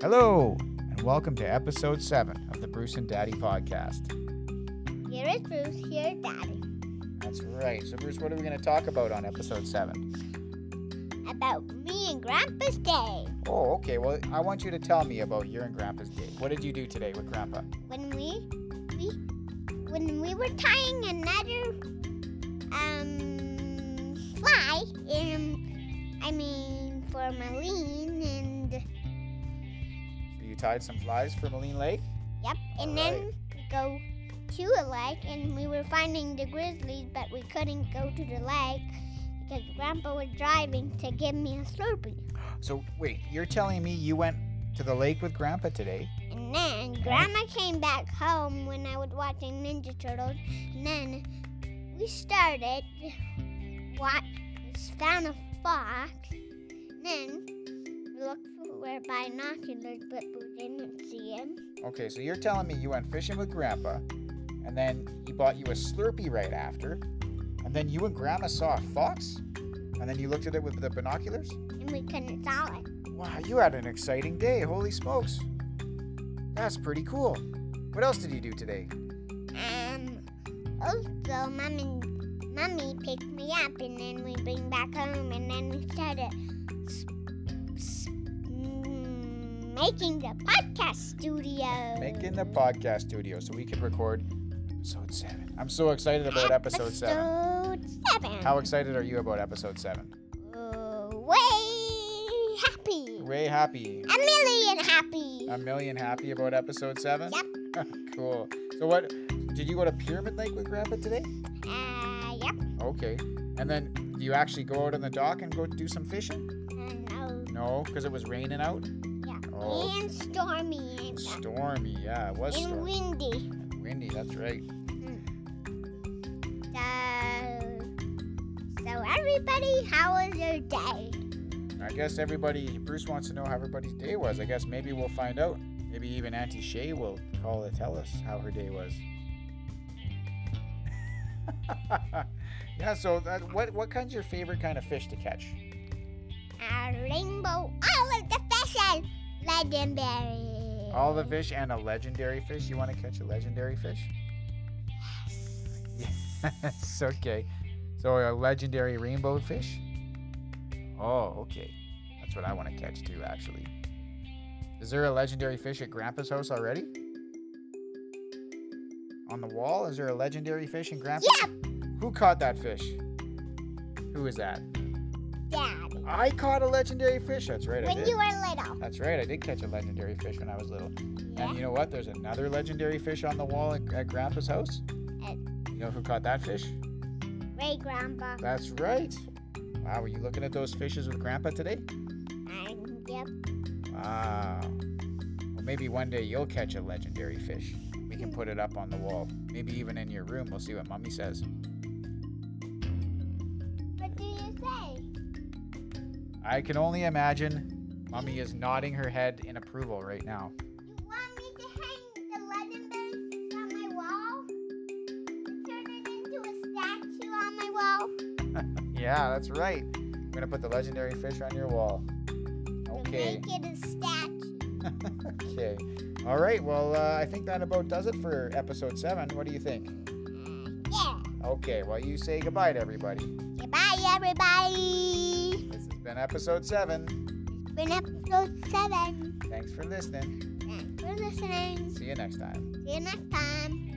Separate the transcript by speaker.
Speaker 1: Hello, and welcome to episode 7 of the Bruce and Daddy podcast.
Speaker 2: Here is Bruce, here is Daddy.
Speaker 1: That's right. So, Bruce, what are we going to talk about on episode 7?
Speaker 2: About me and Grandpa's day.
Speaker 1: Oh, okay. Well, I want you to tell me about your and Grandpa's day. What did you do today with Grandpa?
Speaker 2: When we we when we were tying another um fly in I mean for Malene and
Speaker 1: So you tied some flies for Moline Lake?
Speaker 2: yep and then we go to a lake and we were finding the grizzlies but we couldn't go to the lake because Grandpa was driving to give me a Slurpee.
Speaker 1: So, wait, you're telling me you went to the lake with Grandpa today?
Speaker 2: And then Grandma came back home when I was watching Ninja Turtles. And then we started watch found a fox. And then we looked for our binoculars, but we didn't see him.
Speaker 1: Okay, so you're telling me you went fishing with Grandpa, and then he bought you a Slurpee right after, and then you and Grandma saw a fox, and then you looked at it with the binoculars?
Speaker 2: And we couldn't saw it.
Speaker 1: Wow, you had an exciting day. Holy smokes. That's pretty cool. What else did you do today?
Speaker 2: Um also mom and mommy picked me up and then we bring back home and then we started s- s- mm, making the podcast studio.
Speaker 1: Making the podcast studio so we could record episode 7. I'm so excited about episode 7.
Speaker 2: Episode seven.
Speaker 1: How excited are you about episode 7?
Speaker 2: Uh, way happy.
Speaker 1: Way happy.
Speaker 2: A million happy.
Speaker 1: A million happy about episode 7? Yep. cool. So what did you go to Pyramid Lake with Grandpa today?
Speaker 2: Uh, yep.
Speaker 1: Okay. And then do you actually go out on the dock and go do some fishing?
Speaker 2: And oh,
Speaker 1: No, because it was raining out.
Speaker 2: yeah.
Speaker 1: Oh.
Speaker 2: And stormy. And,
Speaker 1: Stormy, yeah, it was
Speaker 2: and
Speaker 1: stormy.
Speaker 2: windy.
Speaker 1: Windy, that's right.
Speaker 2: So, so everybody, how was your day?
Speaker 1: I guess everybody, Bruce wants to know how everybody's day was. I guess maybe we'll find out. Maybe even Auntie Shay will call to tell us how her day was. yeah, so that, what what kind's your favorite kind of fish to catch?
Speaker 2: A rainbow, all of the fishes, legendary.
Speaker 1: All the fish and a legendary fish. You want to catch a legendary fish? Yes, okay. So a legendary rainbow fish? Oh, okay. That's what I want to catch too, actually. Is there a legendary fish at Grandpa's house already? On the wall, is there a legendary fish in Grandpa's?
Speaker 2: Yep,
Speaker 1: Who caught that fish? Who is that?
Speaker 2: Daddy.
Speaker 1: I caught a legendary fish. That's right, I
Speaker 2: When
Speaker 1: did.
Speaker 2: you were little.
Speaker 1: That's right, I did catch a legendary fish when I was little.
Speaker 2: Yeah.
Speaker 1: And you know what? There's another legendary fish on the wall at, at Grandpa's house.
Speaker 2: Uh,
Speaker 1: You know who caught that fish?
Speaker 2: Ray Grandpa.
Speaker 1: That's right. Wow, were you looking at those fishes with Grandpa today?
Speaker 2: And yep.
Speaker 1: Wow. Well, maybe one day you'll catch a legendary fish. We can put it up on the wall. Maybe even in your room. We'll see what Mommy says.
Speaker 2: What do you say?
Speaker 1: I can only imagine Mommy is nodding her head in approval right now.
Speaker 2: You want me to hang the legendary on my wall? And turn it into a statue on my wall?
Speaker 1: Yeah, that's right. I'm going to put the legendary fish on your wall.
Speaker 2: To
Speaker 1: Okay.
Speaker 2: make it a statue.
Speaker 1: okay. All right. Well, uh, I think that about does it for episode seven. What do you think?
Speaker 2: Yeah.
Speaker 1: Okay. Well, you say goodbye to everybody.
Speaker 2: Goodbye, everybody.
Speaker 1: This has been episode seven.
Speaker 2: It's been episode 7.
Speaker 1: Thanks for listening.
Speaker 2: Thanks for listening.
Speaker 1: See you next time.
Speaker 2: See you next time.